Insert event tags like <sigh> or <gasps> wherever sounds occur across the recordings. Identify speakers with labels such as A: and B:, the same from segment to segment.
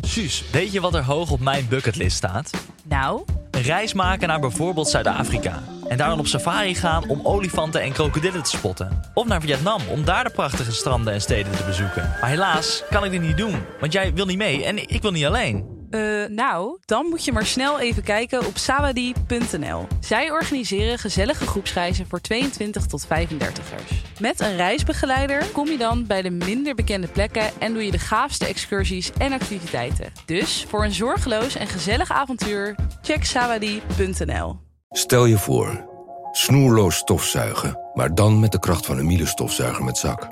A: Precies.
B: Weet je wat er hoog op mijn bucketlist staat?
C: Nou,
B: Een reis maken naar bijvoorbeeld Zuid-Afrika. En daar dan op safari gaan om olifanten en krokodillen te spotten. Of naar Vietnam om daar de prachtige stranden en steden te bezoeken. Maar helaas kan ik dit niet doen, want jij wil niet mee en ik wil niet alleen.
C: eh, nou, dan moet je maar snel even kijken op sawadie.nl. Zij organiseren gezellige groepsreizen voor 22 tot 35ers. Met een reisbegeleider kom je dan bij de minder bekende plekken en doe je de gaafste excursies en activiteiten. Dus voor een zorgeloos en gezellig avontuur, check sawadie.nl.
D: Stel je voor, snoerloos stofzuigen, maar dan met de kracht van een Miele stofzuiger met zak.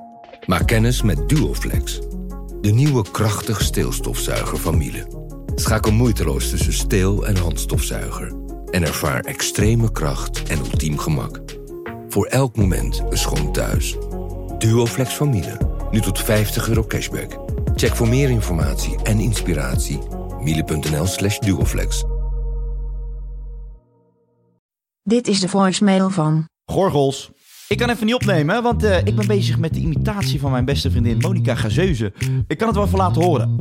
D: Maak kennis met Duoflex, de nieuwe krachtig steelstofzuiger van Miele. Schakel moeiteloos tussen steel- en handstofzuiger en ervaar extreme kracht en ultiem gemak. Voor elk moment een schoon thuis. Duoflex van Miele, nu tot 50 euro cashback. Check voor meer informatie en inspiratie miele.nl slash duoflex.
E: Dit is de voicemail van.
F: Gorgels. Ik kan even niet opnemen, want eh, ik ben bezig met de imitatie van mijn beste vriendin Monica Gazeuze. Ik kan het wel even laten horen.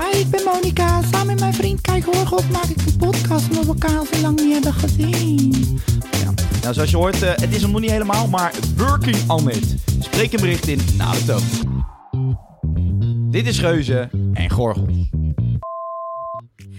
G: Hi, ik ben Monika. Samen met mijn vriend Kijk Horgels maak ik een podcast omdat we elkaar al zo lang niet hebben gezien.
F: Nou, zoals je hoort, eh, het is hem nog niet helemaal, maar working on it. Spreek een bericht in na de toon. Dit is Geuze en Gorgels.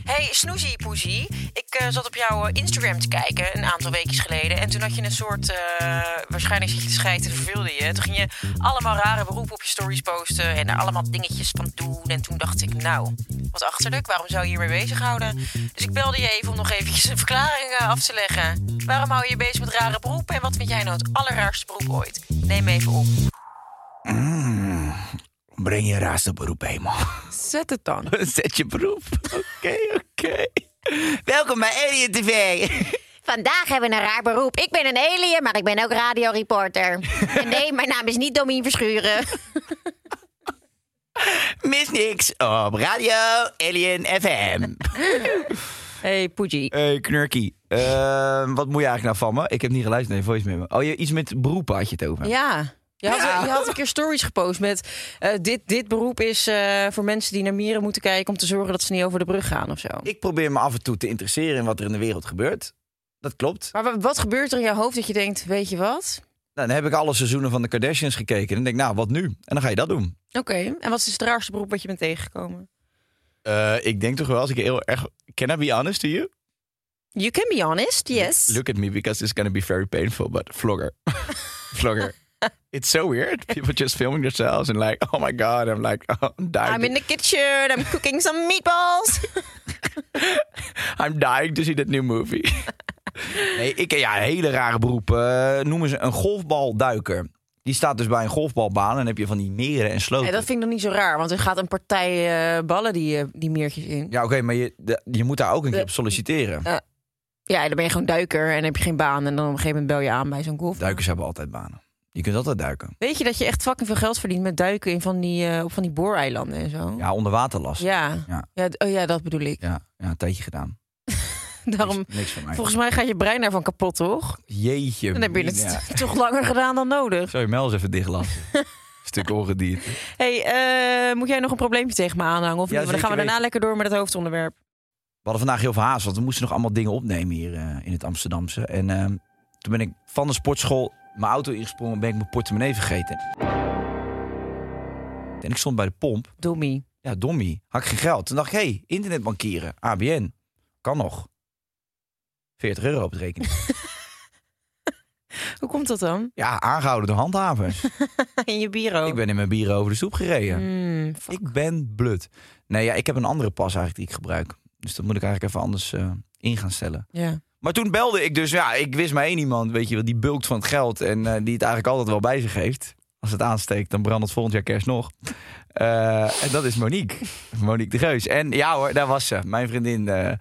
H: Hey Snoezie Poezie, ik eh, zat op jouw eh, Instagram te kijken een aantal weekjes geleden. En toen had je een soort, eh, waarschijnlijk zit je te schijten, verveelde je. Toen ging je allemaal rare beroepen op je stories posten en daar allemaal dingetjes van doen. En toen dacht ik, nou, wat achterlijk, waarom zou je hiermee bezighouden? Dus ik belde je even om nog eventjes een verklaring eh, af te leggen. Waarom hou je je bezig met rare beroepen en wat vind jij nou het allerraarste beroep ooit? Neem even op.
F: Breng je raarste beroep heen, man.
C: Zet het dan.
F: <laughs> Zet je beroep. Oké, oké. Welkom bij Alien TV.
I: Vandaag hebben we een raar beroep. Ik ben een alien, maar ik ben ook
F: <laughs>
I: radioreporter. En nee, mijn naam is niet Domien Verschuren.
F: Mis niks op Radio Alien FM.
H: Hey Poezie.
F: Hey, Eh, knurkie. wat moet je eigenlijk nou van me? Ik heb niet geluisterd naar je voice memo. Oh, je, iets met beroepen had je het over.
H: Ja. Je had, je had een keer stories gepost met eh, dit, dit beroep is eh, voor mensen die naar mieren moeten kijken om te zorgen dat ze niet over de brug gaan of zo.
F: Ik probeer me af en toe te interesseren in wat er in de wereld gebeurt. Dat klopt.
H: Maar wa- wat gebeurt er in jouw hoofd dat je denkt, weet je wat?
F: Nou, dan heb ik alle seizoenen van de Kardashians gekeken. En denk ik, nou, wat nu? En dan ga je dat doen.
H: Oké, en wat is het raarste beroep wat je bent tegengekomen?
F: Eh, ik denk toch wel, als ik heel erg... Can I be honest to you?
H: You can be honest, yes.
F: Look at me, because it's going to be very painful, but vlogger. <laughs> vlogger. It's so weird. People just filming themselves and like, oh my god, I'm like, oh, I'm dying.
H: I'm in the kitchen, I'm cooking some <laughs> meatballs.
F: I'm dying to see that new movie. <laughs> nee, ik ja, een hele rare beroep. Eh, noemen ze een golfbalduiker. Die staat dus bij een golfbalbaan en dan heb je van die meren en sloten.
H: Nee, dat vind ik nog niet zo raar, want er gaat een partij eh, ballen die, eh, die meertjes in.
F: Ja, oké, maar je, de- je moet daar ook een keer op solliciteren.
H: Ja, dan ben je gewoon duiker en heb je geen baan. En dan op een gegeven moment bel je aan bij zo'n golf.
F: Duikers hebben altijd banen. Je kunt altijd duiken.
H: Weet je dat je echt fucking veel geld verdient met duiken in van die, eh, op van die booreilanden en zo?
F: Ja, onder waterlast.
H: Ja,
F: Ja.
H: ja, d- oh ja dat bedoel ik.
F: Ja, ja, een tijdje gedaan.
H: Daarom,
F: niks, niks van mij.
H: volgens mij gaat je brein daarvan kapot, toch?
F: Jeetje.
H: Dan heb je het
F: mina.
I: <laughs>
H: toch langer gedaan dan nodig.
F: Zou je mel eens even
H: <laughs>
F: dichtlassen? Stuk ongedierte.
H: hey, eh, moet jij nog een probleempje tegen me aanhangen? Of
F: Ja,
H: niet? Want dan
F: zeker
H: gaan we daarna
F: weten.
H: lekker door met het hoofdonderwerp.
F: We hadden vandaag heel veel haast, want we moesten nog allemaal dingen opnemen hier eh, in het Amsterdamse. En eh, toen ben ik van de sportschool mijn auto ingesprongen en ben ik mijn portemonnee vergeten. En ik stond bij de pomp.
H: Dommy.
F: Ja, dommy. Had ik geen geld. Toen dacht ik, hé, hey, internetbankieren, ABN. Kan nog. 40 euro op de
H: <laughs>
F: rekening.
H: Hoe komt dat
I: <laughs>
H: dan?
F: Ja, aangehouden door handhavers.
H: in je bureau.
F: Ik ben in mijn bieren over de stoep gereden.
H: Oh.
I: Hmm,
H: Mm, fuck.
F: Ik ben blut. Nee, ja, ik heb een andere pas eigenlijk die ik gebruik. Dus dat moet ik eigenlijk even anders eh, in gaan stellen.
H: Ja.
F: Maar toen belde ik dus, ja, ik wist maar één iemand, weet je wel, die bulkt van het geld en eh, die het eigenlijk altijd wel bij zich heeft. Als het aansteekt, dan brandt het volgend jaar kerst nog. Eh, en dat is Monique. <laughs> Monique de Geus. En ja hoor, daar was ze. Mijn vriendin, eh,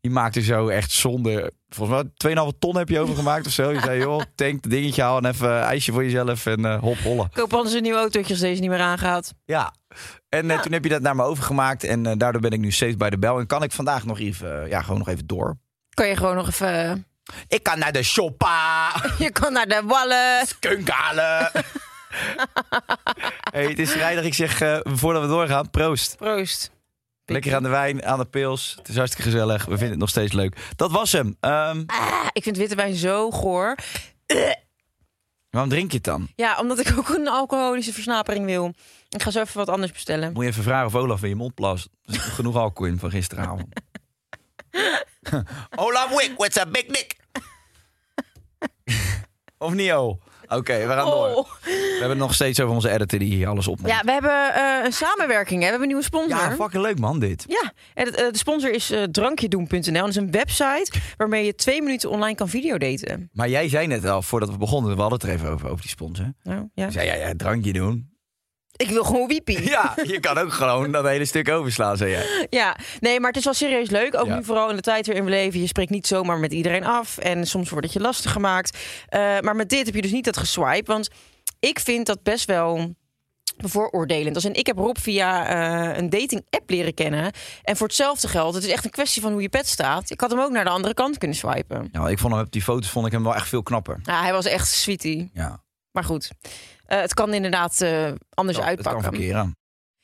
F: die maakte zo echt zonde. Volgens mij 2,5 ton heb je overgemaakt of zo. Je zei, joh, tank het dingetje haal en even ijsje voor jezelf en eh hop rollen.
H: Koop anders een nieuw autootje als deze niet meer aangaat.
F: Ja. En eh, toen heb je dat naar me overgemaakt en eh, daardoor ben ik nu safe bij de bel. En kan ik vandaag nog even, eh, ja, gewoon nog even door.
H: Kan je gewoon nog even...
F: Ik kan naar de shoppa.
H: Je kan naar de wallen.
F: Kunkalen. <laughs> Hey, het is vrijdag. Ik zeg, eh, voordat we doorgaan, proost.
I: Proost.
F: Lekker aan de wijn, aan de pils. Het is hartstikke gezellig. We vinden het nog steeds leuk. Dat was hem. Ehm,
I: Ah, ik vind witte wijn zo goor.
F: waarom drink je het dan?
I: Ja, omdat ik ook een alcoholische versnapering wil. Ik ga zo even wat anders bestellen.
F: Moet je even vragen of Olaf in je mond plast. Er zit genoeg alcohol in van gisteravond. <laughs> Olaf Wick, what's up, big dick? <laughs> of niet, O? Oké, we gaan door.
I: Oh.
F: We hebben het nog steeds over onze editor die hier alles opneemt.
I: Ja, we hebben eh, een samenwerking. Hè? We hebben een nieuwe sponsor.
F: Ja, fucking leuk man dit.
I: Ja, en het, eh, de sponsor is eh, drankjedoen.nl. Dat is een website waarmee je twee minuten online kan videodaten.
F: Maar jij zei net al, voordat we begonnen, we hadden het er even over, over die sponsor.
I: Nou, ja.
F: Je zei, ja, ja, drankje doen.
I: Ik wil gewoon wiepie.
F: <laughs> Ja, je kan ook gewoon dat hele stuk overslaan, zei jij.
I: <laughs> Ja, nee, maar het is wel serieus leuk. Ook
F: Ja.
I: nu vooral in de tijd waarin we leven. Je spreekt niet zomaar met iedereen af. En soms wordt het je lastig gemaakt. Eh, maar met dit heb je dus niet dat geswipe. Want ik vind dat best wel bevooroordelend. Als in, ik heb Rob via eh, een dating app leren kennen. En voor hetzelfde geld, het is echt een kwestie van hoe je pet staat. Ik had hem ook naar de andere kant kunnen swipen.
F: Nou, ik vond hem op die foto's vond ik hem wel echt veel knapper.
I: Ja, hij was echt sweetie.
F: Ja,
I: Maar goed, Eh, het kan inderdaad eh, anders
F: dat, dat
I: uitpakken.
F: kan verkeren.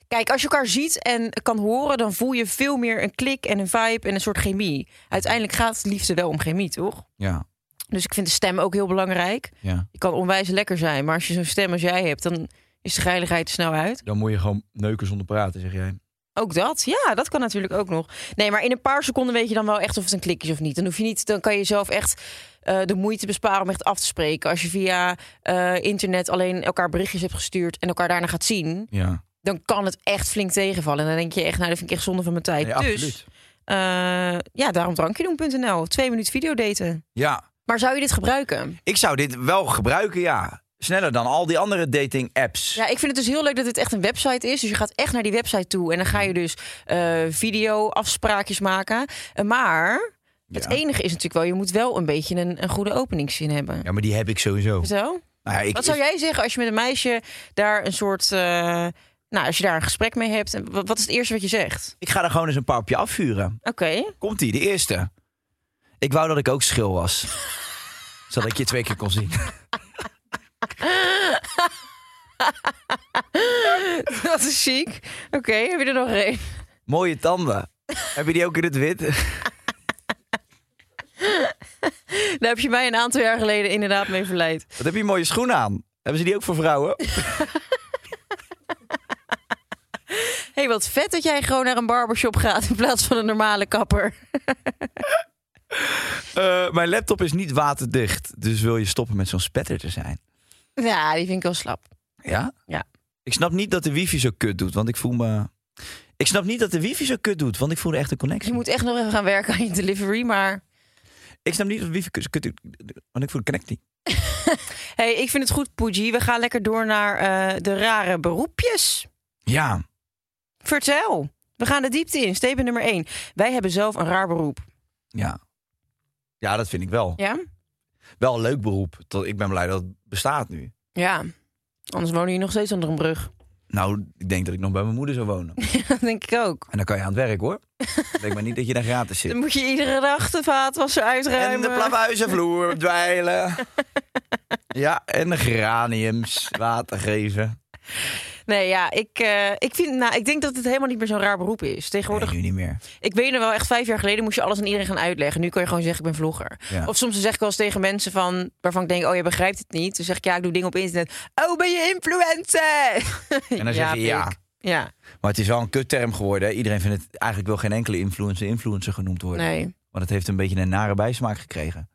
I: Kijk, als je elkaar ziet en kan horen, dan voel je veel meer een klik en een vibe en een soort chemie. Uiteindelijk gaat liefde wel om chemie, toch?
F: Ja,
I: Dus ik vind de stem ook heel belangrijk.
F: ja.
I: Je kan onwijs lekker zijn, maar als je zo'n stem als jij hebt, dan is de geiligheid er snel uit.
F: Dan moet je gewoon neuken zonder praten, zeg jij.
I: Ook dat, ja, dat kan natuurlijk ook nog. Nee, maar in een paar seconden weet je dan wel echt of het een klik is of niet. Dan hoef je niet, dan kan je zelf echt eh, de moeite besparen om echt af te spreken. Als je via eh, internet alleen elkaar berichtjes hebt gestuurd en elkaar daarna gaat zien,
F: Ja,
I: dan kan het echt flink tegenvallen. En dan denk je echt, nou, dat vind ik echt zonde van mijn tijd.
F: Nee,
I: dus eh, ja, daarom drankjedoen.nl. Twee minuten videodaten.
F: Ja,
I: Maar zou je dit gebruiken?
F: ik zou dit wel gebruiken, ja. Sneller dan al die andere dating apps.
I: Ja, ik vind het dus heel leuk dat dit echt een website is. Dus je gaat echt naar die website toe en dan ga je dus eh video-afspraakjes maken. Eh, maar het
F: Ja.
I: enige is natuurlijk wel, je moet wel een beetje een, een goede openingszin hebben.
F: Ja, maar die heb ik sowieso.
I: Zo?
F: Nou ja, ik,
I: Wat zou jij zeggen als je met een meisje daar een soort... eh, nou, als je daar een gesprek mee hebt, en wat wat is het eerste wat je zegt?
F: ik ga er gewoon eens een paar op je afvuren.
I: Oké,
F: Komt-ie, de eerste. Ik wou dat ik ook schil
I: <laughs>
F: was. Zodat ik je twee keer kon zien.
I: <laughs> dat is ziek. Oké, heb je er nog een?
F: Mooie tanden. Heb je die ook in het wit?
I: Daar heb je mij een aantal jaar geleden inderdaad mee verleid.
F: Wat heb je mooie schoenen aan? Hebben ze die ook voor
I: <laughs>
F: vrouwen?
I: hey, wat vet dat jij gewoon naar een barbershop gaat in plaats van een normale kapper.
F: Eh, mijn laptop is niet waterdicht. Dus wil je stoppen met zo'n spetter te zijn?
I: Ja, die vind ik wel slap.
F: Ja?
I: Ja.
F: Ik snap niet dat de wifi zo kut doet, want ik voel me... Ik snap niet dat de wifi zo kut doet, want ik voel echt een
I: Dus
F: connectie.
I: je moet echt nog even gaan werken aan je delivery, maar...
F: Ik snap niet dat de wifi kut kut doet, want ik voel de connectie.
I: hey, ik vind het goed, Pooji. We gaan lekker door naar eh, de rare beroepjes.
F: Ja.
I: Vertel. We gaan de diepte in. Statement nummer 1. Wij hebben zelf een raar beroep.
F: Ja. Ja, dat vind ik wel.
I: Ja?
F: Wel een leuk beroep. Tot, ik ben blij dat het bestaat nu.
I: Ja. Anders wonen je nog steeds onder een brug.
F: Nou, ik denk dat ik nog bij mijn moeder zou wonen.
I: <laughs> dat denk ik ook.
F: En dan kan je aan het werk, hoor. Ik denk maar niet dat je daar gratis zit.
I: Dan moet je iedere dag de vaatwasser uitruimen.
F: En de plavuizenvloer
I: <laughs>
F: dweilen. Ja, en de geraniums water geven.
I: Nee, ja, ik, eh, ik, vind, nou, ik denk dat het helemaal niet meer zo'n raar beroep is. Tegenwoordig,
F: Nee, nu niet meer.
I: ik weet nog wel, echt vijf jaar geleden moest je alles aan iedereen gaan uitleggen. Nu kan je gewoon zeggen, ik ben vlogger.
F: Ja.
I: Of soms zeg ik wel eens tegen mensen van, waarvan ik denk, oh, je begrijpt het niet. Dan zeg ik, ja, ik doe dingen op internet. Oh, ben je influencer? <laughs>
F: En dan zeg je ja.
I: pik. Ja,
F: Maar het is wel een kutterm geworden. hè. Iedereen vindt het eigenlijk wil geen enkele influencer influencer genoemd worden.
I: nee,
F: Want het heeft een beetje een nare bijsmaak gekregen.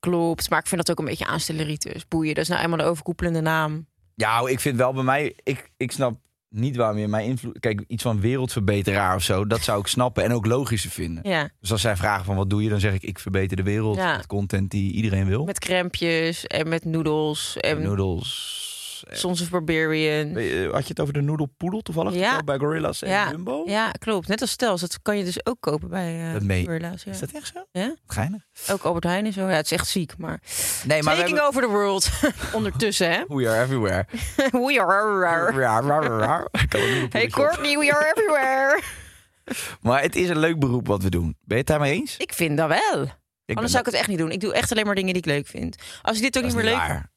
I: klopt. Maar ik vind dat ook een beetje aanstelleritis. Boeien, dat is nou eenmaal de overkoepelende naam.
F: Ja, ik vind wel bij mij. Ik, ik snap niet waarom je mijn invloed. Kijk, iets van wereldverbeteraar of zo. Dat zou
I: <laughs>
F: ik snappen en ook logischer vinden.
I: Ja,
F: Dus als zij vragen van wat doe je, dan zeg ik ik verbeter de wereld.
I: Ja.
F: Met content die iedereen wil.
I: met ehm, crempjes en met noedels en
F: noodles.
I: Sons of Barbarian.
F: Eh, Had je het over de noedelpoedel toevallig?
I: Ja.
F: Bij Gorillas en
I: Ja.
F: Jumbo?
I: Ja, klopt. Net als stels. Dat kan je dus ook kopen bij eh
F: Dat meen-
I: Gorillas, ja.
F: Is dat echt zo?
I: Ja.
F: Geinig.
I: Ook Albert Heijn en zo. Ja, het is echt ziek, maar...
F: Nee, maar we
I: Taking
F: hebben...
I: over the world. <laughs> Ondertussen, hè?
F: We are everywhere.
I: <laughs> We are...
F: Raar, raar, raar. Ik kan het niet op-
I: Hey Courtney, we are everywhere.
F: <laughs> Maar het is een leuk beroep wat we doen. Ben je het daarmee eens?
I: ik vind dat wel.
F: Ik
I: Anders zou ik het echt niet doen. Ik doe echt alleen maar dingen die ik leuk vind. Als ik dit
F: Dat
I: ook niet
F: is
I: meer
F: niet
I: leuk
F: waar.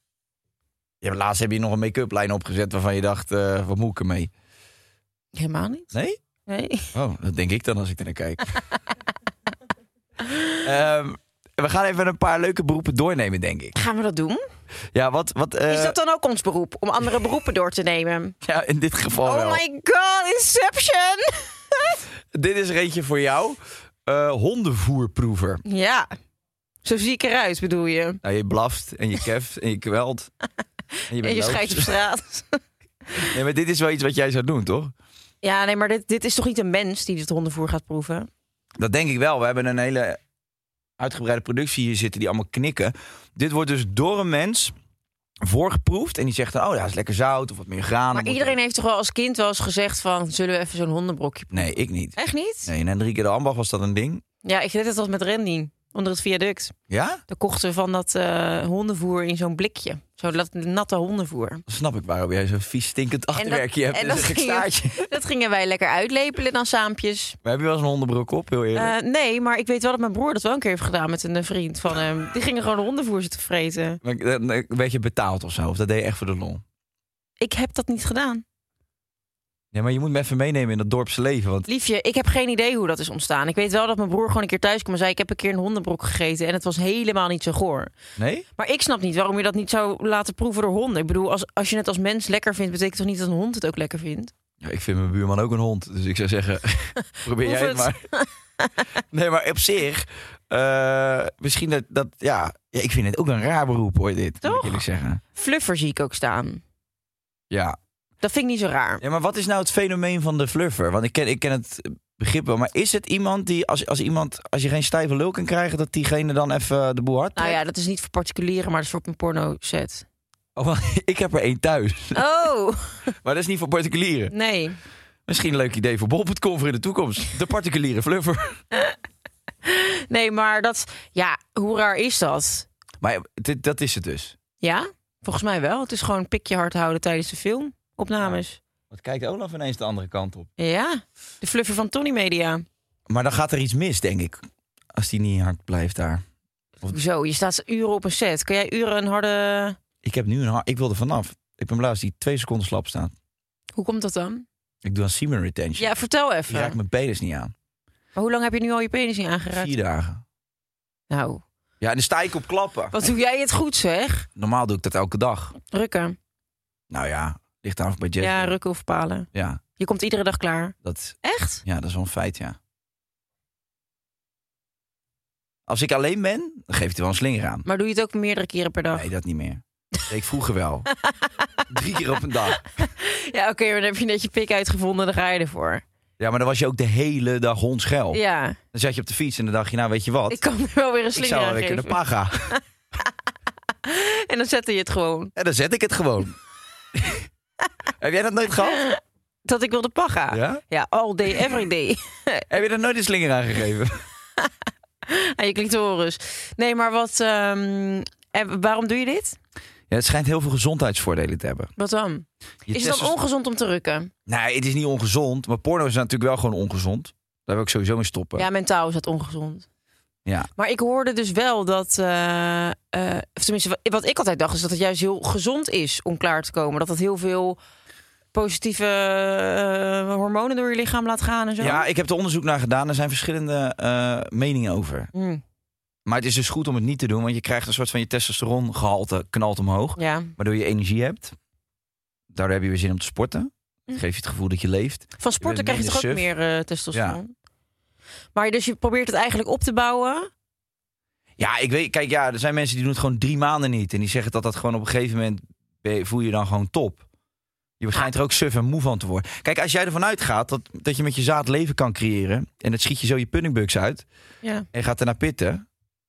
F: Ja, maar laatst heb je nog een make-up lijn opgezet waarvan je dacht, eh, wat moet ik ermee?
I: Helemaal niet.
F: Nee?
I: Nee.
F: Oh, dat denk ik dan als ik er naar
I: <laughs>
F: kijk. <laughs> Ehm, we gaan even een paar leuke beroepen doornemen, denk ik.
I: Gaan we dat doen?
F: Ja, wat... wat eh,
I: Is dat dan ook ons beroep? Om andere beroepen door te nemen?
F: <laughs> ja in dit geval
I: Oh
F: wel.
I: my god, Inception!
F: Dit is er eentje voor jou. Eh, hondenvoerproever.
I: ja. Zo zie ik eruit, bedoel je?
F: Nou, je blaft en je keft en je kwelt. En je,
I: <laughs> en
F: bent
I: je
F: loods.
I: scheidt op straat.
F: <laughs> Nee, maar dit is wel iets wat jij zou doen, toch?
I: ja, nee, maar dit, dit is toch niet een mens die dit hondenvoer gaat proeven?
F: Dat denk ik wel. We hebben een hele uitgebreide productie hier zitten die allemaal knikken. Dit wordt dus door een mens voorgeproefd. En die zegt dan, oh, dat is lekker zout of wat meer graan. Dan
I: Maar
F: moet-
I: iedereen heeft toch Nou, wel als kind wel eens gezegd van... zullen we even zo'n hondenbrokje...
F: Nee, ik niet.
I: Echt niet?
F: Nee, in Hendrik de Ambach was dat een ding.
I: Ja, ik deed het al met Randy. Onder het viaduct.
F: Ja?
I: Daar kochten we van dat eh, hondenvoer in zo'n blikje. Zo dat natte hondenvoer.
F: Dan snap ik waarom jij zo'n vies stinkend achterwerkje hebt. En
I: dan
F: een gek
I: ging-
F: staartje.
I: <laughs> Dat gingen wij lekker uitlepelen dan saampjes.
F: Maar heb je wel eens een hondenbroek op, heel eerlijk?
I: Eh, nee, maar ik weet wel dat mijn broer dat wel een keer heeft gedaan met een eh, vriend van hem. Die gingen gewoon hondenvoer zitten vreten.
F: Maar, eh, eh, Werd je betaald of zo? Of dat deed je echt voor de lol?
I: Ik heb dat niet gedaan.
F: Ja, maar je moet me even meenemen in dat dorpse leven. Want
I: Liefje, ik heb geen idee hoe dat is ontstaan. Ik weet wel dat mijn broer gewoon een keer thuis kwam en zei... ik heb een keer een hondenbrok gegeten en het was helemaal niet zo goor.
F: nee?
I: Maar ik snap niet waarom je dat niet zou laten proeven door honden. Ik bedoel, als, als je het als mens lekker vindt... betekent toch niet dat een hond het ook lekker vindt?
F: Ja, ik vind mijn buurman ook een hond. Dus ik zou zeggen, <laughs> probeer jij het
I: Proef
F: maar. <laughs> nee, maar op zich, eh, misschien dat, dat ja, ja, ik vind het ook een raar beroep hoor, dit. Moet ik
I: Toch?
F: eerlijk zeggen.
I: Fluffer zie ik ook staan.
F: Ja.
I: Dat vind ik niet zo raar.
F: ja, maar wat is nou het fenomeen van de fluffer? Want ik ken, ik ken het begrip wel. Maar is het iemand die, als, als iemand, als je geen stijve lul kan krijgen, dat diegene dan even de boel hard
I: Nou
F: trekt?
I: ja, dat is niet voor particulieren, maar dat is voor op een porno set.
F: Oh, wel, <laughs> ik heb er één thuis.
I: Oh,
F: Maar dat is niet voor particulieren.
I: nee.
F: Misschien een leuk idee voor bol.com voor in de toekomst. De particuliere fluffer. <laughs>
I: Nee, maar dat... Ja, hoe raar is dat?
F: Maar ja, dit, dat is het dus.
I: Ja, volgens mij wel. Het is gewoon pikje hard houden tijdens de filmopnames.
F: Wat kijkt Olaf ineens de andere kant op?
I: Ja, de fluffer van Tony Media.
F: Maar dan gaat er iets mis, denk ik. Als die niet hard blijft daar.
I: Zo, je staat uren op een set. Kun jij uren een harde...
F: Ik heb nu een hard... Ik wil er vanaf. Ik ben blij als die twee seconden slap staat.
I: Hoe komt dat dan?
F: Ik doe aan semen retention.
I: Ja, vertel
F: Die
I: even.
F: raakt mijn penis niet aan.
I: Maar hoe lang heb je nu al je penis niet aangeraakt?
F: Vier dagen.
I: Nou,
F: Ja, en dan sta ik op klappen.
I: wat doe jij het goed zeg.
F: Normaal doe ik dat elke dag.
I: Rukken.
F: Nou ja, ligt aan of bij Jess.
I: Ja, rukken of palen.
F: Ja,
I: Je komt iedere dag klaar.
F: dat,
I: Echt?
F: ja, dat is wel een feit, ja. Als ik alleen ben, dan geeft hij wel een slinger aan.
I: Maar doe je het ook meerdere keren per dag?
F: Nee, dat niet
I: <laughs>
F: meer. Dat deed ik vroeger wel. Drie keer op een dag.
I: Ja, oké, maar dan heb je net je pik uitgevonden, dan ga je ervoor.
F: Ja, maar dan was je ook de hele dag hondsgel.
I: Ja,
F: Dan zat je op de fiets en dan dacht je, nou weet je wat?
I: ik kan er wel weer een
F: Ik
I: slinger
F: zou wel
I: aan
F: weer
I: geven.
F: kunnen paga. <laughs>
I: En dan zette je het gewoon.
F: En dan zet ik het gewoon. <laughs> Heb jij dat nooit gehad?
I: Dat ik wilde pagga.
F: Ja?
I: Ja, all day, every <laughs> day.
F: Heb je dat nooit een slinger
I: <laughs>
F: aangegeven?
I: Aan je clitoris. Nee, maar wat... ehm, en waarom doe je dit?
F: Ja, het schijnt heel veel gezondheidsvoordelen te hebben.
I: Wat dan?
F: Je
I: is het dan
F: testosteron-
I: ongezond om te rukken?
F: Nee, het is niet ongezond. Maar porno is natuurlijk wel gewoon ongezond. Daar wil ik sowieso mee stoppen.
I: Ja, mentaal is dat ongezond.
F: Ja.
I: Maar ik hoorde dus wel dat... eh, eh, of tenminste, wat- wat ik altijd dacht... is dat het juist heel gezond is om klaar te komen. Dat dat heel veel positieve eh, hormonen door je lichaam laat gaan en zo.
F: Ja, ik heb er onderzoek naar gedaan. Er zijn verschillende eh, meningen over.
I: Hm,
F: Maar het is dus goed om het niet te doen. Want je krijgt een soort van je testosterongehalte knalt omhoog.
I: ja.
F: waardoor je energie hebt. Daardoor heb je weer zin om te sporten.
I: Hm.
F: Het geeft je het gevoel dat je leeft.
I: Van sporten
F: bent
I: krijg je toch ook
F: minder
I: meer eh, testosteron? Maar dus je probeert het eigenlijk op te bouwen.
F: Ja, ik weet, kijk, ja, er zijn mensen die doen het gewoon drie maanden niet. En die zeggen dat dat gewoon op een gegeven moment ben je- voel je je dan gewoon top. Je schijnt er ook suf en moe van te worden. Kijk, als jij ervan uitgaat dat, dat je met je zaad leven kan creëren. en dat schiet je zo je punningbugs uit.
I: Ja.
F: en je gaat ernaar pitten. dat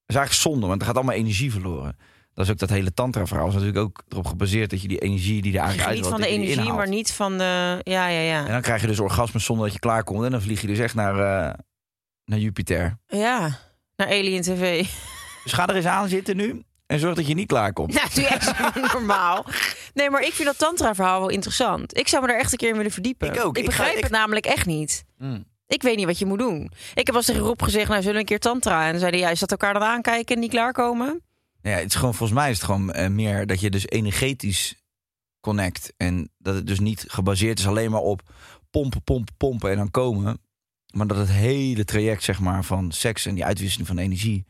F: is eigenlijk zonde, want er gaat allemaal energie verloren. Dat is ook dat hele Tantra-verhaal. is natuurlijk ook erop gebaseerd dat je die energie die er
I: Je
F: eigenlijk uit
I: geniet
F: wilt,
I: van de
F: dat je die
I: energie,
F: inhaalt.
I: maar niet van de... Ja, ja,
F: En
I: ja.
F: dan krijg je dus orgasmes zonder dat je klaarkomt. En dan vlieg je dus echt naar, eh, naar Jupiter.
I: Ja, naar Alien TV.
F: Dus ga er eens aan zitten nu en zorg dat je niet klaarkomt.
I: <laughs> Nou, doe echt even <laughs> normaal. Nee, maar ik vind dat tantra-verhaal wel interessant. Ik zou me daar echt een keer in willen verdiepen.
F: Ik ook.
I: Ik
F: Ik ga-
I: begrijp
F: ik-
I: het namelijk echt niet. Ik weet niet wat je moet doen. Ik heb wel eens tegen Rob gezegd, nou, zullen we een keer tantra? En dan zeiden, ja, is dat elkaar dan aankijken en niet klaarkomen?
F: Nou Ja, het is gewoon, volgens mij is het gewoon eh, meer dat je dus energetisch connect. En dat het dus niet gebaseerd is alleen maar op pompen, pompen, pompen en dan komen. Maar dat het hele traject zeg maar, van seks en die uitwisseling van energie.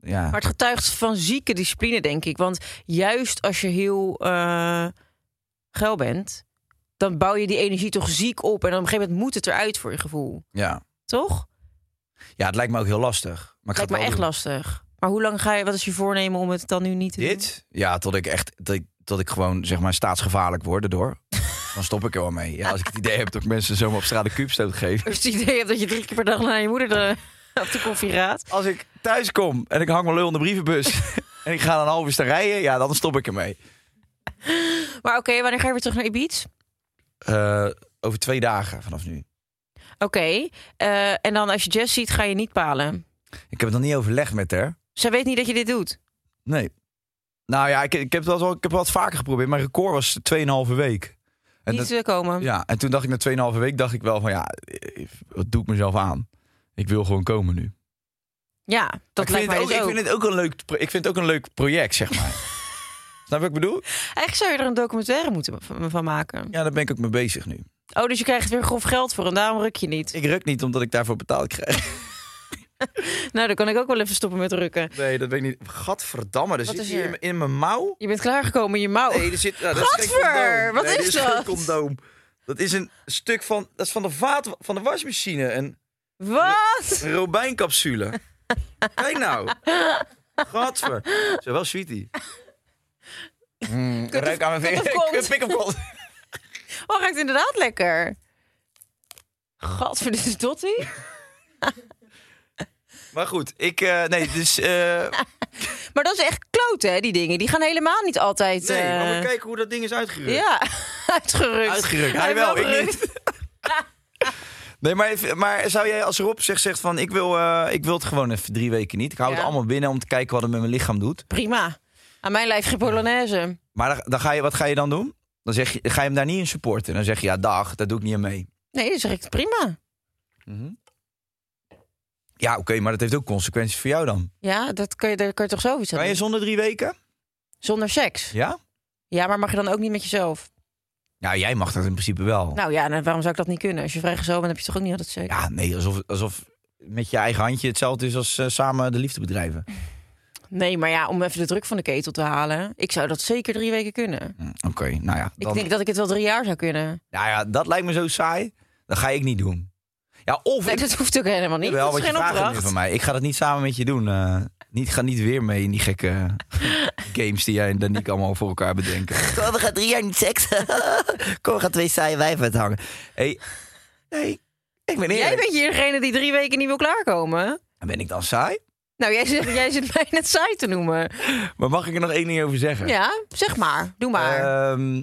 F: Ja,
H: Maar het getuigt van zieke discipline, denk ik. Want juist als je heel eh geil bent, dan bouw je die energie toch ziek op. En op een gegeven moment moet het eruit voor je gevoel.
F: ja.
H: Toch?
F: ja, het lijkt me ook heel lastig. Maar ik ga het
H: Lijkt me
F: wel
H: echt
F: doen.
H: lastig. Maar hoe lang ga je, wat is je voornemen om het dan nu niet te doen?
F: Dit? Ja, tot ik echt, dat ik, tot ik gewoon zeg maar staatsgevaarlijk word
H: <laughs>
F: erdoor. Dan stop ik er wel mee. Ja, als ik het idee heb dat ik mensen zomaar op straat een kuubstoot geef.
H: Als je het idee hebt dat je drie keer per dag naar je moeder de, <laughs> op de koffie gaat.
F: Als ik thuis kom en ik hang mijn lul in de
H: <laughs>
F: brievenbus en ik ga dan een half uur staan rijden, ja, dan stop ik ermee.
H: Maar oké, wanneer ga je weer terug naar Ibiza?
F: Eh, over twee dagen vanaf nu.
H: Oké, eh, en dan als je Jess ziet, ga je niet palen.
F: Ik heb het nog niet overlegd met haar.
H: Zij weet niet dat je dit doet.
F: Nee. Nou ja, ik, ik, heb, dat wel, ik heb wat vaker geprobeerd. Mijn record was 2,5 week. En dat,
H: niet te komen.
F: ja, en toen dacht ik na 2,5 week dacht ik wel van ja, eh, wat doe ik mezelf aan? Ik wil gewoon komen nu.
H: Ja, dat
F: ik vind, het
H: lijkt mij
F: ook,
H: dus
F: ik
H: ook.
F: vind het ook een leuk, pro- ik vind het ook een leuk project, zeg
H: <laughs>
F: maar. Snap je wat ik bedoel?
H: Eigenlijk zou je er een documentaire moeten van van maken.
F: Ja, daar ben ik ook mee bezig nu.
H: Oh, dus je krijgt weer grof geld voor en daarom ruk je niet.
F: Ik ruk niet omdat ik daarvoor betaald krijg.
H: Nou, dan kan ik ook wel even stoppen met rukken.
F: Nee, dat weet ik niet. Gadverdamme, er
H: Wat
F: zit
H: is
F: hier
H: er?
F: in, in mijn mouw.
H: Je bent klaargekomen in je mouw.
F: Nee, er zit. Nou, dat is geen
H: Oh.
F: condoom.
H: Gadver, wat
F: nee,
H: is
F: dit is geen
H: dat?
F: condoom. Dat is een stuk van. Dat is van de vaat van de wasmachine. Een
H: Wat?
F: robijncapsule. Kijk nou. Gadver. Zo wel sweetie. Mm, ruik aan mijn
H: kut of
F: vinger. <laughs>
H: kont.
F: Pik op kont.
H: Oh, ruikt inderdaad lekker. Gadver, dit is Dottie.
F: Maar goed, ik. eh, nee,
H: <laughs>
F: dus. eh,
H: Maar dat is echt kloot, hè, die dingen. Die gaan helemaal niet altijd...
F: Nee,
H: eh,
F: maar we kijken hoe dat ding is uitgerukt.
H: Ja, <laughs> uitgerukt.
F: Uitgerukt, hij wel, ik
H: gerukt.
F: niet. <laughs> Nee, maar, even- maar zou jij als Rob zegt, zegt van ik wil, eh, ik wil het gewoon even drie weken niet. Ik hou het
H: Ja.
F: allemaal binnen om te kijken wat het met mijn lichaam doet.
H: Prima. Aan mijn lijf geen polonaise.
F: Maar dan, dan ga je, wat ga je dan doen? Dan zeg je, ga je hem daar niet in supporten. Dan zeg je ja dag, daar doe ik niet aan mee.
H: Nee, dan zeg ik prima. Mhm.
F: Ja oké, maar dat heeft ook consequenties voor jou dan.
H: Ja, dat kun je, daar kun je toch zoiets aan
F: Kan je
H: doen?
F: zonder drie weken?
H: Zonder seks.
F: Ja?
H: Ja, maar mag je dan ook niet met jezelf?
F: Ja, jij mag dat in principe wel.
H: Nou ja, nou, waarom zou ik dat niet kunnen? Als je vrijgezel bent, heb je toch ook niet altijd seks?
F: Ja, nee, alsof, alsof met je eigen handje hetzelfde is als eh, samen de liefde bedrijven.
H: Nee, maar ja, om even de druk van de ketel te halen. Ik zou dat zeker drie weken kunnen.
F: Hm, Oké, nou ja.
H: Ik denk dat ik het wel drie jaar zou kunnen. <laughs>
F: Nou ja, dat lijkt me zo saai. Dat ga ik niet doen. Ja, of
H: Nee,
F: ik
H: dat hoeft ook helemaal niet.
F: wel,
H: dat
F: want
H: is
F: je
H: geen
F: vraagt het nu
H: opdracht.
F: van mij. Ik ga dat niet samen met je doen. eh. niet, ga niet weer mee in die
H: <laughs>
F: gekke games die jij en Danique allemaal voor elkaar bedenken. Kom, we gaan drie jaar niet
H: <laughs>
F: seksen. Kom, we gaan twee saaie wijven uithangen. Hey, nee, ik ben
H: Jij
F: eerlijk.
H: bent hier degene die drie weken niet wil klaarkomen.
F: Ben ik dan saai?
H: Nou, jij zit, jij zit mij net saai te noemen.
F: Maar mag ik er nog één ding over zeggen?
H: Ja, zeg maar. Doe maar.
F: Ehm,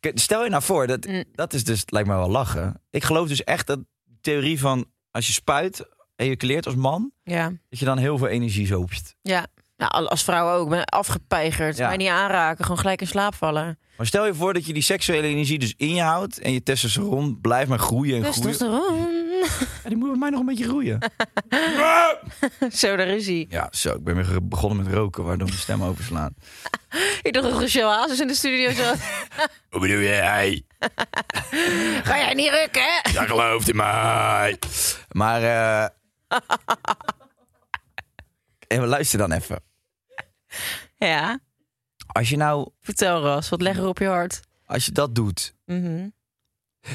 F: k- stel je nou voor, dat,
H: Mm.
F: dat is dus, lijkt me wel lachen. Ik geloof dus echt dat de theorie van als je spuit, ejaculeert als man,
H: ja.
F: dat je dan heel veel energie zo pst.
H: Ja. Nou, al- als vrouw ook. Ik ben afgepeigerd.
F: Ja.
H: Mij niet aanraken. Gewoon gelijk in slaap vallen.
F: Maar stel je voor dat je die seksuele energie dus in je houdt en je testosteron blijft maar groeien en groeien.
H: Testosteron. <laughs>
F: Ja, die moet bij mij nog een beetje groeien. <laughs>
H: Zo, daar is hij.
F: ja, zo, ik ben weer ge- begonnen met roken, waardoor mijn stem overslaat.
H: Ik dacht dat Rochelle Hazes in de studio zat.
F: Hoe bedoel jij?
H: Ga jij niet rukken, hè?
F: Dat gelooft in mij. Maar, eh <laughs> en luister dan even.
H: Ja.
F: Als je nou,
H: Vertel, Ras. Wat leg er op je hart?
F: als je dat doet,
H: Mhm.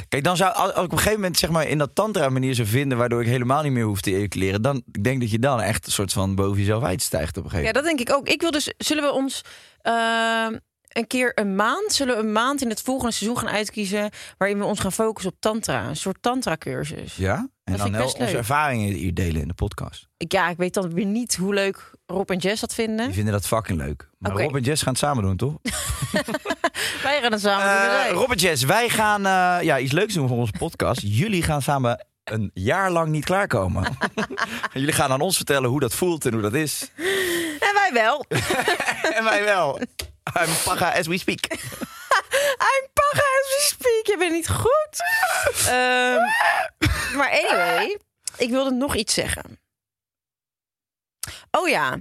F: Kijk, dan zou als als ik op een gegeven moment zeg maar in dat tantra manier zou vinden, waardoor ik helemaal niet meer hoef te ejaculeren, dan ik denk dat je dan echt een soort van boven jezelf uitstijgt op een
H: Ja,
F: gegeven
H: dat denk ik ook. Ik wil dus... Zullen we ons... ehm, een keer een maand, zullen we een maand in het volgende seizoen gaan uitkiezen... waarin we ons gaan focussen op tantra. Een soort tantra-cursus.
F: moment. Ja. En
H: vind ik
F: dan wel
H: best
F: onze
H: leuk.
F: ervaringen hier delen in de podcast.
H: Ik- Ja, ik weet dan weer niet hoe leuk Rob en Jess dat vinden.
F: Die vinden dat fucking leuk. Maar
H: Oké.
F: Rob en Jess gaan het samen doen, toch?
H: Wij gaan het samen doen. met
F: Eh
H: wij.
F: Rob en Jess, wij gaan eh, ja, iets leuks doen voor onze podcast. <laughs> Jullie gaan samen een jaar lang niet klaarkomen.
H: <laughs>
F: En Jullie gaan aan ons vertellen hoe dat voelt en hoe dat is.
H: En wij wel.
F: en wij wel. I'm Paga as we speak.
H: I'm Paga as we speak. Je bent niet goed. Ehm, maar anyway, ik wilde nog iets zeggen. Oh ja,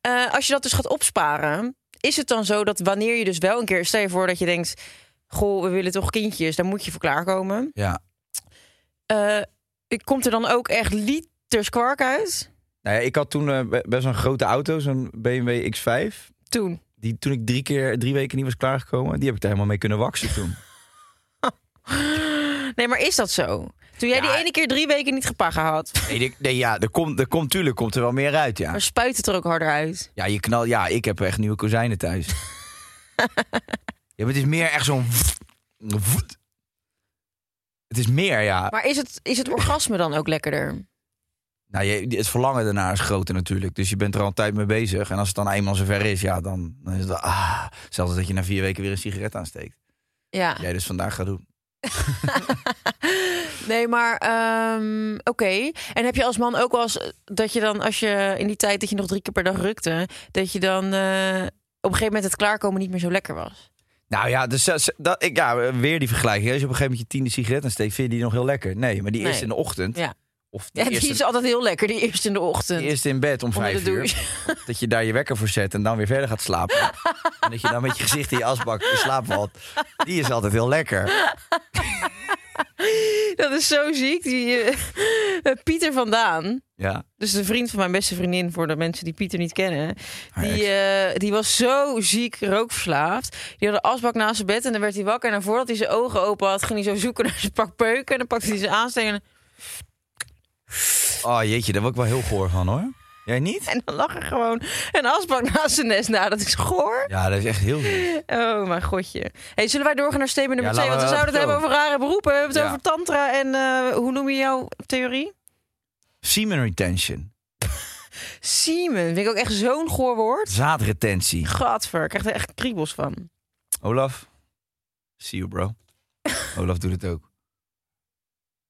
H: eh, als je dat dus gaat opsparen
I: Is het dan zo dat wanneer je dus wel een keer... Stel je voor dat je denkt, goh, we willen toch kindjes. Daar moet je voor klaarkomen.
F: Ja.
I: Eh, komt er dan ook echt liters kwark uit?
F: Nou ja, ik had toen eh, be- best wel een grote auto, zo'n BMW X5.
I: Toen. <gasps>
F: Die toen ik drie keer, drie weken niet was klaargekomen, die heb ik daar helemaal mee kunnen waksen toen.
I: Nee, maar is dat zo? Toen jij die
F: Ja.
I: ene keer drie weken niet gepakken
F: <laughs>
I: had.
F: <laughs> Nee, die- nee, ja, er komt, er komt, tuurlijk komt er wel meer uit, ja.
I: Maar spuit het er ook harder uit.
F: Ja, je knal, ja, ik heb echt nieuwe kozijnen
I: <laughs>
F: thuis. ja, maar het is meer echt zo'n... Het is meer, ja.
I: Maar is het, is het orgasme dan ook lekkerder?
F: Nou, je, het verlangen daarna is groter natuurlijk. Dus je bent er altijd mee bezig. En als het dan eenmaal zover is, ja, dan, dan is het... Ah, zelfs als dat je na vier weken weer een sigaret aansteekt.
I: Ja.
F: Jij dus vandaag gaat doen.
I: nee, maar ehm, oké. En heb je als man ook wel eens eh, dat je dan, als je in die tijd dat je nog drie keer per dag rukte, dat je dan eh, op een gegeven moment het klaarkomen niet meer zo lekker was?
F: Nou ja, dus, dat- dat, ik, ja, weer die vergelijking. Als je op een gegeven moment je tiende sigaret aansteekt, vind je die nog heel lekker? Nee, maar die eerste
I: Nee.
F: in de ochtend...
I: Ja.
F: Of die,
I: Ja, die
F: eerste,
I: is altijd heel lekker, die eerste in de ochtend.
F: die eerste in bed om
I: onder de
F: vijf uur.
I: douche.
F: <laughs> Dat je daar je wekker voor zet en dan weer verder gaat
I: <laughs>
F: slapen. en dat je dan met je gezicht in je asbak in slaap valt. Die is altijd heel lekker.
I: Dat is zo ziek. Die, eh, <laughs> Pieter vandaan.
F: Ja.
I: Dus de vriend van mijn beste vriendin, voor de mensen die Pieter niet kennen.
F: Haar
I: Die,
F: ex.
I: eh, die was zo ziek rookverslaafd. Die had een asbak naast zijn bed en dan werd hij wakker. En dan voordat hij zijn ogen open had, ging hij zo zoeken naar zijn pak peuken. En dan pakte hij zijn aansteker
F: Oh jeetje, daar word ik wel heel goor van hoor. Jij niet?
I: en dan lag er gewoon een asbak naast zijn nest. Nou, dat is goor.
F: Ja, dat is echt heel goed.
I: Oh mijn godje. Hey, zullen wij doorgaan naar statement
F: Ja,
I: nummer twee? Want
F: laten
I: we
F: we
I: zouden het
F: zo.
I: hebben over rare beroepen. We hebben het
F: Ja.
I: over tantra en eh, hoe noem je jouw theorie?
F: Semen retention.
I: Siemen. Vind ik ook echt zo'n goor woord.
F: Zaadretentie.
I: Gadver, ik krijg er echt kriebels van.
F: Olaf. See you
I: <laughs>
F: bro. Olaf doet het ook.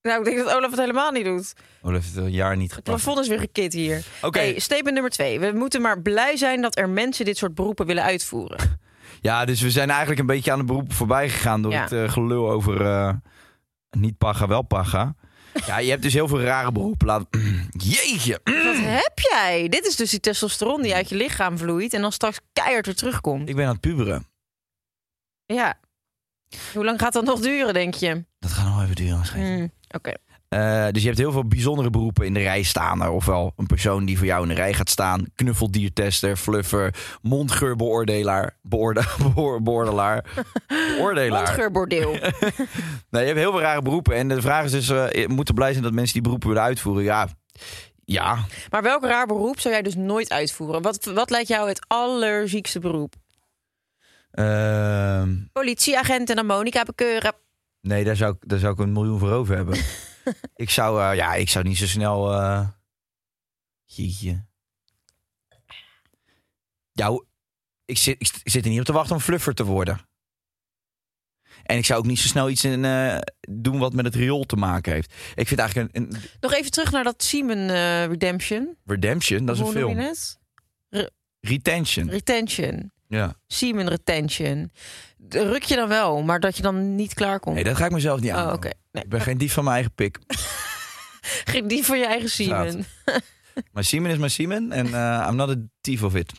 I: Nou, ik denk dat Olaf het helemaal niet doet.
F: Olaf heeft het al een jaar niet
I: Het
F: gepakt.
I: plafond is weer gekit hier.
F: Oké.
I: Hey, statement nummer twee. We moeten maar blij zijn dat er mensen dit soort beroepen willen uitvoeren.
F: Ja, dus we zijn eigenlijk een beetje aan de beroepen voorbij gegaan door
I: Ja.
F: het eh, gelul over eh, niet paga, wel paga. <laughs> Ja, je hebt dus heel veel rare beroepen. Laat... <clears throat> Jeetje.
I: Wat heb jij? Dit is dus die testosteron die uit je lichaam vloeit en dan straks keihard weer terugkomt.
F: Ik ben aan het puberen.
I: Ja. Hoe lang gaat dat nog duren, denk je?
F: Dat gaat nog even duren waarschijnlijk.
I: Hmm, Oké.
F: Eh, dus je hebt heel veel bijzondere beroepen in de rij staan. Ofwel een persoon die voor jou in de rij gaat staan. Knuffeldiertester, fluffer, mondgeurbeoordelaar. Beoorde, <laughs> beoor- beoordelaar. Beoordelaar.
I: Mondgeurbordeel.
F: <laughs> Nee, je hebt heel veel rare beroepen. En de vraag is dus, eh moeten blij zijn dat mensen die beroepen willen uitvoeren? Ja, ja.
I: Maar welk raar beroep zou jij dus nooit uitvoeren? Wat, wat lijkt jou het allerziekste beroep?
F: Ehm,
I: Politieagent en dan Monica bekeuren.
F: nee, daar zou, ik- daar zou ik een miljoen voor over hebben. ik, zou, eh, ja, ik zou niet zo snel... eh jeetje. Ja, hoe- ik zit, ik zit er niet op te wachten om fluffer te worden. En ik zou ook niet zo snel iets in, eh, doen wat met het riool te maken heeft. Ik vind eigenlijk een, een
I: Nog even terug naar dat Simon eh, Redemption.
F: Redemption, dat is een
I: Hoe noem je
F: film.
I: het?
F: Retention.
I: Retention.
F: Ja.
I: Semen retention. De- Ruk je dan wel, maar dat je dan niet klaarkomt.
F: Nee, dat ga ik mezelf niet aan.
I: oh, oké. Nee.
F: Ik ben geen dief van mijn eigen pik.
I: Geen die van je eigen semen.
F: My semen is my semen, and uh, I'm not a thief of
I: <laughs>
F: it.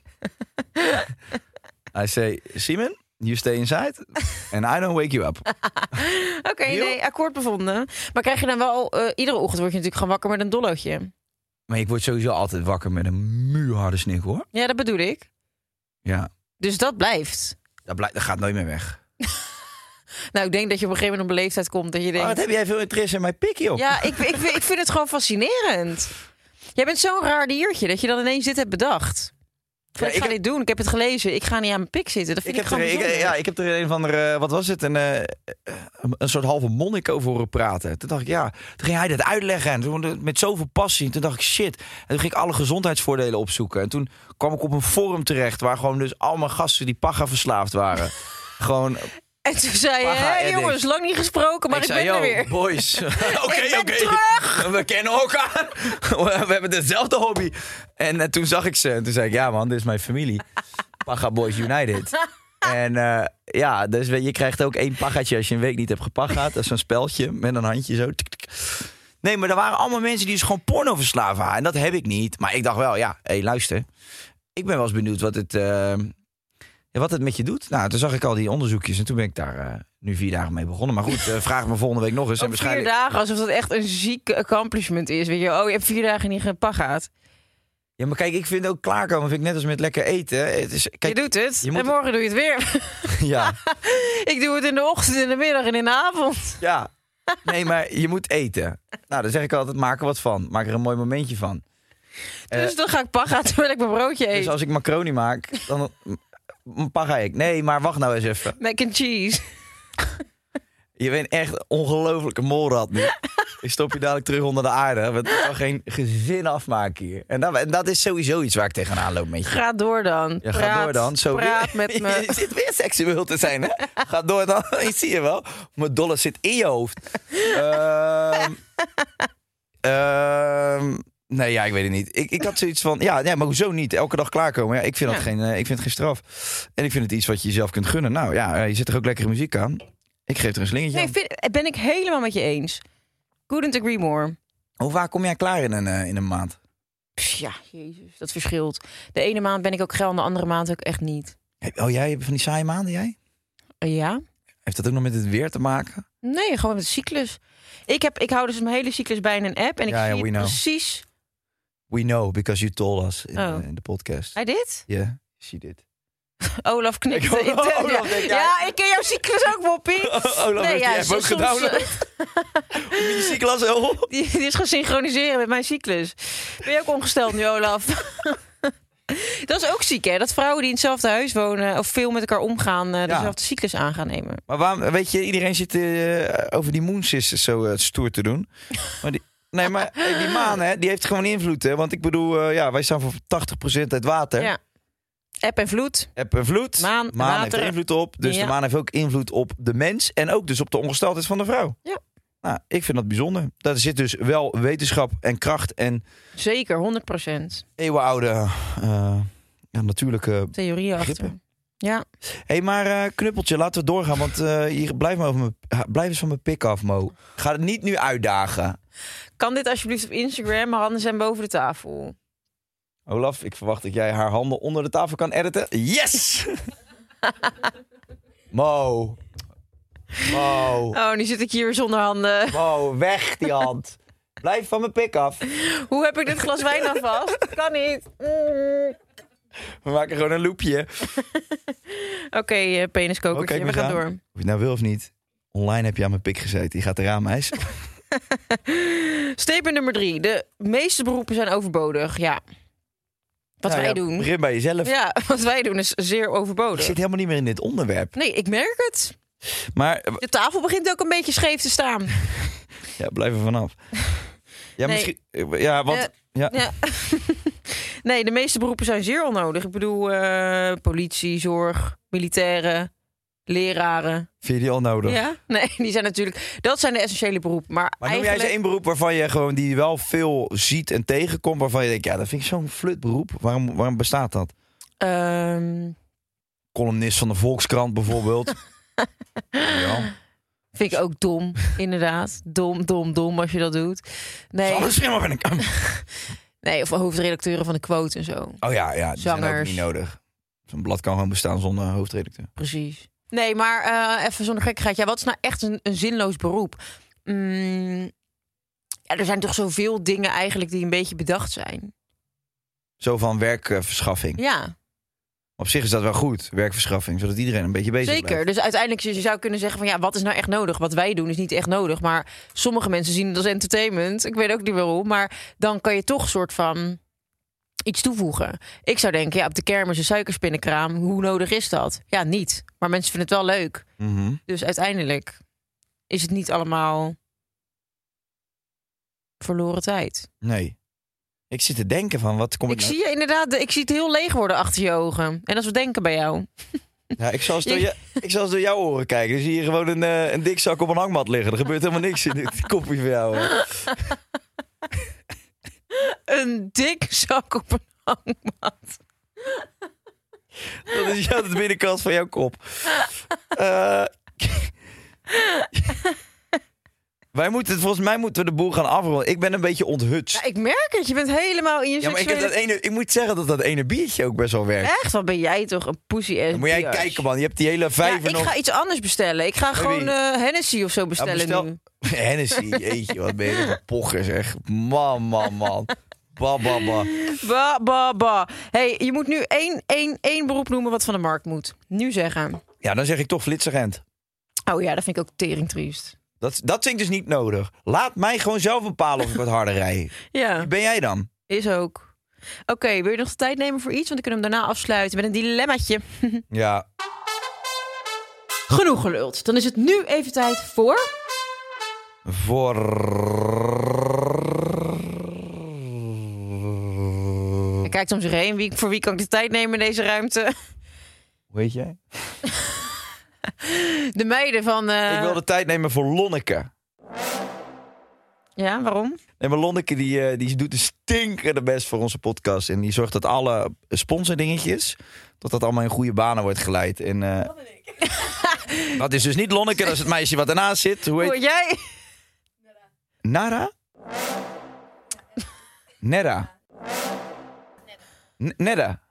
F: I say, semen, you stay inside, and I don't wake you up.
I: <laughs> Oké,
F: Deal?
I: nee, akkoord bevonden. Maar krijg je dan wel... eh, iedere ochtend word je natuurlijk gewoon wakker met een dollootje.
F: Maar ik word sowieso altijd wakker met een muurharde snik, hoor.
I: Ja, dat bedoel ik.
F: Ja,
I: Dus dat blijft.
F: dat, blijkt, dat gaat nooit meer weg.
I: Nou, ik denk dat je op een gegeven moment op een leeftijd komt dat je
F: Oh,
I: denkt...
F: wat heb jij veel interesse in mijn pik, joh?
I: ja, ik, ik, ik vind het gewoon fascinerend. Jij bent zo'n raar diertje dat je dan ineens dit hebt bedacht.
F: Ja,
I: Van, ik
F: ik
I: ga
F: heb-
I: dit doen, ik heb het gelezen. Ik ga niet aan mijn pik zitten. Dat
F: Ik
I: vind
F: heb,
I: ik,
F: er,
I: gewoon
F: ik-
I: bijzonder.
F: ja, ik heb er een van de, wat was het, een, eh, eh, een soort halve monnik over horen praten. Toen dacht ik, ja, toen ging hij dat uitleggen en toen, met zoveel passie. En toen dacht ik, shit. En toen ging ik alle gezondheidsvoordelen opzoeken. En toen kwam ik op een forum terecht waar gewoon dus allemaal gasten die paga verslaafd waren.
I: <laughs>
F: gewoon,
I: En toen zei je,
F: Paga
I: hé
F: Eddings.
I: jongens, lang niet gesproken, maar ik,
F: zei,
I: ben
F: yo,
I: er weer. <laughs>
F: boys. <laughs> Oké, oké.
I: ben terug!
F: <laughs> We kennen elkaar. <laughs> We hebben dezelfde hobby. En eh, toen zag ik ze en toen zei ik, ja man, dit is mijn
I: <laughs>
F: familie. Paga Boys United. <laughs> En eh, ja, dus weet je je krijgt ook één paggaatje als je een week niet hebt gepaggaat. Dat is zo'n speltje met een handje zo. Tik, tik. Nee, maar er waren allemaal mensen die dus gewoon porno verslaafd waren. En dat heb ik niet. Maar ik dacht wel, ja, hé, luister. Ik ben wel eens benieuwd wat het... eh, Ja, wat het met je doet? Nou, toen zag ik al die onderzoekjes en toen ben ik daar eh, nu vier dagen mee begonnen. Maar goed, eh, vraag me volgende week nog eens. En
I: Op vier
F: waarschijnlijk...
I: dagen, alsof dat echt een ziek accomplishment is. Weet je, oh, je hebt vier dagen niet gepagaat.
F: Ja, maar kijk, ik vind ook klaarkomen vind ik net als met lekker eten. Het is,
I: Je
F: kijk,
I: doet het
F: je moet-
I: en morgen doe je het weer.
F: <laughs> ja,
I: ik doe het in de ochtend, in de middag en in de avond.
F: ja. Nee, maar je moet eten. Nou, dan zeg ik altijd, maak er wat van. Maak er een mooi momentje van. Eh,
I: Dus dan ga ik pagaat terwijl ik mijn broodje eet.
F: Dus als ik macaroni maak, dan m- pa ga ik. Nee, maar wacht nou eens even.
I: Mac and cheese.
F: Je bent echt een ongelofelijke molrad nu. Ik stop je dadelijk terug onder de aarde. Want ik kan geen gezin afmaken hier. En dat, en dat is sowieso iets waar ik tegenaan loop met je.
I: Ga door dan.
F: Ja, ga
I: Praat-
F: door dan. Zo
I: praat
F: weer-
I: met <laughs> me.
F: <laughs> Je zit weer seksueel te zijn, hè? Ga door dan. <laughs> Ik zie je wel. Mijn dolle zit in je hoofd. Ehm, ehm, nee, ja, ik weet het niet. Ik, ik had zoiets van... Ja, nee, maar hoezo niet? Elke dag klaarkomen. Ja, ik, vind dat
I: Ja.
F: geen, eh, ik vind het geen straf. En ik vind het iets wat je jezelf kunt gunnen. Nou ja, eh, je zet er ook lekkere muziek aan. Ik geef er een slingertje
I: Nee, vind- ben ik helemaal met je eens. Couldn't agree more.
F: aan. Hoe vaak kom jij klaar in een, eh, in een maand?
I: Pff, ja, jezus, dat verschilt. De ene maand ben ik ook geil en de andere maand ook echt niet.
F: Heb- Oh, jij hebt van die saaie maanden, jij?
I: Eh, Ja?
F: Heeft dat ook nog met het weer te maken?
I: Nee, gewoon met de cyclus. Ik, heb, ik hou dus mijn hele cyclus bij in een app. En ik
F: Ja, ja,
I: zie
F: we
I: het
F: know.
I: precies...
F: We know, because you told us in,
I: Oh.
F: eh, in de podcast.
I: Hij dit?
F: Ja,
I: Oh,
F: yeah, she did.
I: Olaf knikt. <laughs>
F: Ik- Olaf
I: ja.
F: denkt, ja.
I: ja, oh, Ah, ik Oh, ken jouw cyclus <laughs> ook, Moppie.
F: Olaf heeft die app ook
I: <laughs>
F: gedownload. Muzieklas, oh.
I: Die, die is gaan synchroniseren met mijn cyclus. Ben je ook ongesteld nu, Olaf? <laughs> dat is ook ziek, hè? Dat vrouwen die in hetzelfde huis wonen... of veel met elkaar omgaan, eh,
F: Ja.
I: dezelfde cyclus aan gaan nemen.
F: Maar waarom, weet je, iedereen zit eh, over die moon sisters zo eh, stoer te doen. Maar die, nee, maar
I: <laughs>
F: eh, die maan, hè, die heeft gewoon invloed, hè. Want ik bedoel, eh, ja, wij staan voor 80% uit water.
I: Ja. App en vloed.
F: Heb een vloed.
I: Maan,
F: heeft
I: water.
F: er invloed op. Dus
I: Ja.
F: de maan heeft ook invloed op de mens. En ook dus op de ongesteldheid van de vrouw.
I: Ja.
F: Nou, ik vind dat bijzonder. Daar zit dus wel wetenschap en kracht en
I: Zeker, 100
F: eeuwenoude eh, ja, natuurlijke...
I: Theorieën achter.
F: Begrippen.
I: Ja,
F: Hé, hey, maar eh, knuppeltje, laten we doorgaan. Want eh, hier, blijf, maar over mijn, ha, blijf eens van mijn pik af, Mo. Ga het niet nu uitdagen.
I: kan dit alsjeblieft op Instagram? Mijn handen zijn boven de tafel.
F: Olaf, ik verwacht dat jij haar handen onder de tafel kan editen. Yes! <laughs> Mo. Mo.
I: Oh, nu zit ik hier zonder handen. <laughs>
F: Wow, weg die hand. Blijf van mijn pik af.
I: Hoe heb ik dit glas wijn nou vast? <laughs> Kan niet. Mm.
F: We maken gewoon een loopje.
I: Oké, eh, peniskokertje,
F: Oké,
I: we
F: we
I: gaan
F: gaan.
I: door. <laughs>
F: Of je het nou wil of niet. Online heb je aan mijn pik gezeten. Die gaat eraan, meis.
I: Statement nummer drie. De meeste beroepen zijn overbodig. Ja. Wat
F: Nou
I: wij
F: ja,
I: doen.
F: Begin bij jezelf.
I: Ja, <laughs> wat wij doen is zeer
F: Ik
I: overbodig.
F: zit helemaal niet meer in dit onderwerp.
I: Nee, ik merk het.
F: Maar eh,
I: De tafel begint ook een beetje scheef te staan.
F: ja, blijf er
I: <laughs>
F: vanaf. Ja,
I: Nee.
F: misschien. eh, Ja, want.
I: Eh,
F: ja.
I: Ja. <laughs> nee, de meeste beroepen zijn zeer onnodig. Ik bedoel, eh, politie, zorg, militairen, leraren. <laughs>
F: Vind je die onnodig?
I: Ja? Nee, die zijn natuurlijk... Dat zijn de essentiële beroepen. Maar,
F: Maar noem
I: eigenlijk...
F: jij eens één beroep waarvan je gewoon die je wel veel ziet en tegenkomt. Waarvan je denkt, ja, dat vind ik zo'n flut beroep. Waarom, waarom bestaat dat?
I: Ehm,
F: Columnist van de Volkskrant
I: <laughs>
F: bijvoorbeeld. ja.
I: vind ik ook dom, <laughs> inderdaad. Dom, dom, dom als je dat doet. Nee,
F: Alles prima ben ik.
I: nee of hoofdredacteuren van de quote en zo.
F: Oh ja, ja die zijn ook
I: Zangers.
F: niet nodig. Zo'n blad kan gewoon bestaan zonder hoofdredacteur.
I: Precies. Nee, maar eh, even zonder gekkigheid. Ja, wat is nou echt een, een zinloos beroep? Mm, ja, er zijn toch zoveel dingen eigenlijk die een beetje bedacht zijn.
F: Zo van werkverschaffing.
I: Ja,
F: Op zich is dat wel goed, werkverschaffing. Zodat iedereen een beetje bezig
I: zeker.
F: blijft.
I: Dus uiteindelijk je zou kunnen zeggen van ja, wat is nou echt nodig? Wat wij doen is niet echt nodig. Maar sommige mensen zien het als entertainment. Ik weet ook niet waarom. Maar dan kan je toch soort van iets toevoegen. Ik zou denken, ja, op de kermis een suikerspinnenkraam. Hoe nodig is dat? Ja, niet. Maar mensen vinden het wel leuk.
F: Mhm.
I: Dus uiteindelijk is het niet allemaal verloren tijd.
F: Nee. Ik zit te denken van, wat kom ik,
I: Ik
F: nou-
I: zie je inderdaad, ik zie het heel leeg worden achter je ogen. En als we denken bij jou.
F: Ja, ik, zal eens door je, ik zal eens door jouw oren kijken. Dan zie je gewoon een, eh, een dikzak op een hangmat liggen. Er gebeurt helemaal niks in het kopje van jou. hoor.
I: Een dik zak op een hangmat.
F: Dat is jou de binnenkant van jouw kop. Eh, Wij moeten, volgens mij moeten we de boel gaan afronden. Ik ben een beetje onthutst.
I: Ja, ik merk het, je bent helemaal in je
F: Ja, maar ik, heb
I: seksuele...
F: dat ene, ik moet zeggen dat dat ene biertje ook best wel werkt.
I: Echt, wat ben jij toch een pussy ass
F: Dan moet jij
I: biatch.
F: kijken, man. Je hebt die hele
I: Ja,
F: vijver
I: ik
F: nog.
I: ga iets anders bestellen. Ik ga gewoon
F: wie?
I: eh, Hennessy of zo bestellen nu.
F: <laughs> Hennessy, jeetje, wat ben je toch een pocher, zeg. Man, man, man. Ba, ba, ba.
I: Ba, ba, ba. hey, je moet nu één, één, één beroep noemen wat van de markt moet. Nu zeggen.
F: Ja, dan zeg ik toch flitsagent.
I: Oh ja, dat vind ik ook tering triest.
F: Dat, dat vind ik dus niet nodig. Laat mij gewoon zelf bepalen of ik wat harder rij.
I: Ja,
F: Wie ben jij dan?
I: is ook. Oké, wil je nog de tijd nemen voor iets? Want ik kan hem daarna afsluiten met een dilemmaatje.
F: Ja,
I: Genoeg geluld. Dan is het nu even tijd voor...
F: voor... Hm.
I: Hij kijkt om zich heen. Wie, voor wie kan ik de tijd nemen in deze ruimte?
F: Weet jij?
I: De meiden van... eh,
F: Ik wil de tijd nemen voor Lonneke.
I: Ja, waarom?
F: Nee, maar Lonneke die, eh, die doet de stinkende best voor onze podcast. En die zorgt dat alle sponsordingetjes, dat dat allemaal in goede banen wordt geleid. En, eh,
I: <laughs>
F: dat is dus niet Lonneke, dat is het meisje wat ernaast zit. Hoe
I: Hoor
F: heet
I: jij...
F: Nara? Nera. N- Nedda.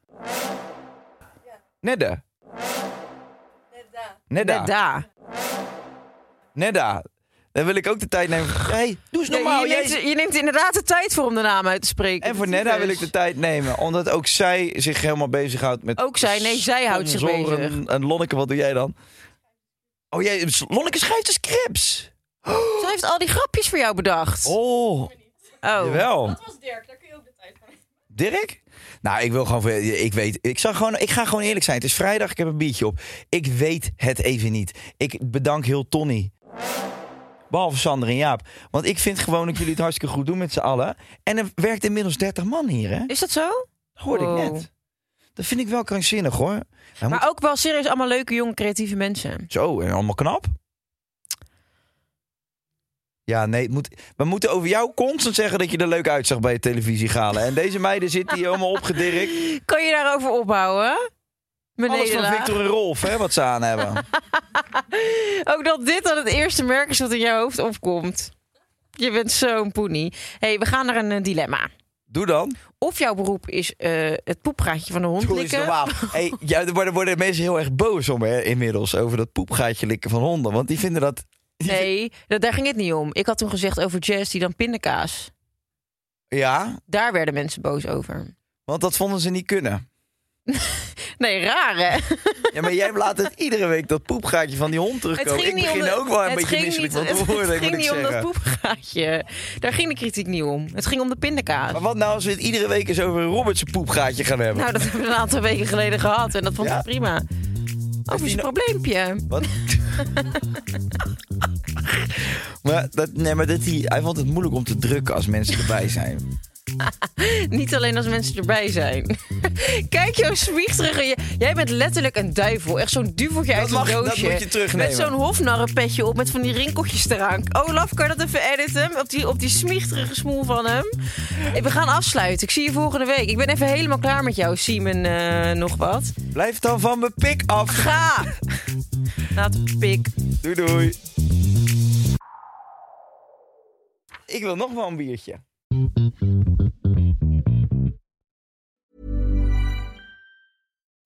F: Nedda. Nedda.
I: Daar.
F: Nedda. Dan wil ik ook de tijd nemen. hey, doe eens
I: Nee,
F: normaal.
I: je,
F: jij-
I: neemt, je neemt inderdaad de tijd voor om de naam uit te spreken.
F: En voor
I: Dat is
F: Nedda
I: niet
F: wil ik
I: heus.
F: de tijd nemen. Omdat ook zij zich helemaal bezighoudt met...
I: Ook zij, nee, zij houdt zich
F: sponsoren.
I: bezig.
F: En Lonneke, wat doe jij dan? Oh, jij, Lonneke schrijft de scripts.
I: Zij heeft al die grapjes voor jou bedacht.
F: Oh,
I: oh.
F: jawel. Dat was Dirk, daar kun je ook de tijd van. Dirk? Nou, ik wil gewoon... voor- Ik weet... Ik, zal gewoon, ik ga gewoon eerlijk zijn. Het is vrijdag, ik heb een biertje op. Ik weet het even niet. Ik bedank heel Tony. Behalve Sander en Jaap. Want ik vind gewoon dat jullie het hartstikke goed doen met z'n allen. En er werkt inmiddels 30 man hier, hè?
I: Is dat zo?
F: Hoorde ik
I: Wow.
F: net. Dat vind ik wel krankzinnig hoor. Hij moet-
I: Maar ook wel serieus allemaal leuke, jonge, creatieve mensen.
F: Zo, en allemaal knap. Ja, nee, het moet, we moeten over jou constant zeggen dat je er leuk uitzag bij je televisiegalen. En deze meiden zitten hier helemaal opgedirkt.
I: Kan je daarover ophouden?
F: Alles
I: Meneer
F: van
I: Victor...
F: Victor en Rolf, hè, wat ze aan hebben.
I: Ook dat dit dan het eerste merk is wat in jouw hoofd opkomt. Je bent zo'n poenie. hey, we gaan naar een eh, dilemma.
F: Doe dan.
I: Of jouw beroep is eh, het poepgaatje van de hond
F: Doe eens
I: likken.
F: normaal. Hey, ja, er worden, worden mensen heel erg boos om hè, inmiddels over dat poepgaatje likken van honden. Want die vinden dat...
I: Nee, dat, daar ging het niet om. Ik had toen gezegd over Jess die dan pindakaas.
F: Ja,
I: Daar werden mensen boos over.
F: want dat vonden ze niet kunnen.
I: Nee, raar hè?
F: Ja, maar jij laat het iedere week dat poepgaatje van die hond terugkomen. Ik begin
I: de-
F: ook wel een
I: het
F: beetje
I: ging
F: misselijk
I: niet-
F: van te
I: het-
F: worden,
I: Het ging
F: moet ik
I: niet om dat
F: zeggen.
I: poepgaatje. Daar ging de kritiek niet om. Het ging om de pindakaas.
F: Maar wat nou als we het iedere week eens over een Robertse poepgaatje gaan hebben?
I: Nou, dat hebben we een aantal weken geleden gehad en dat vond
F: Ja.
I: ik prima. Over
F: die
I: zijn
F: nou-
I: probleempje.
F: Wat? maar dat, nee, maar dat hij, hij vond het moeilijk om te drukken als mensen erbij zijn.
I: Niet alleen als mensen erbij zijn. Kijk jouw zwiechterige... je- Jij bent letterlijk een duivel. Echt zo'n duveltje uit
F: mag-
I: een
F: dat
I: doosje.
F: moet je terugnemen.
I: Met zo'n hofnarrenpetje op, met van die rinkeltjes eraan. Olaf, kan je dat even editen? Op die, op die smiechterige smoel van hem. Eh, We gaan afsluiten. Ik zie je volgende week. Ik ben even helemaal klaar met jou, Simon. eh, nog wat.
F: Blijf dan van mijn pik af.
I: Ga! <laughs> Laat pik.
F: Doei doei. Ik wil nog wel een biertje.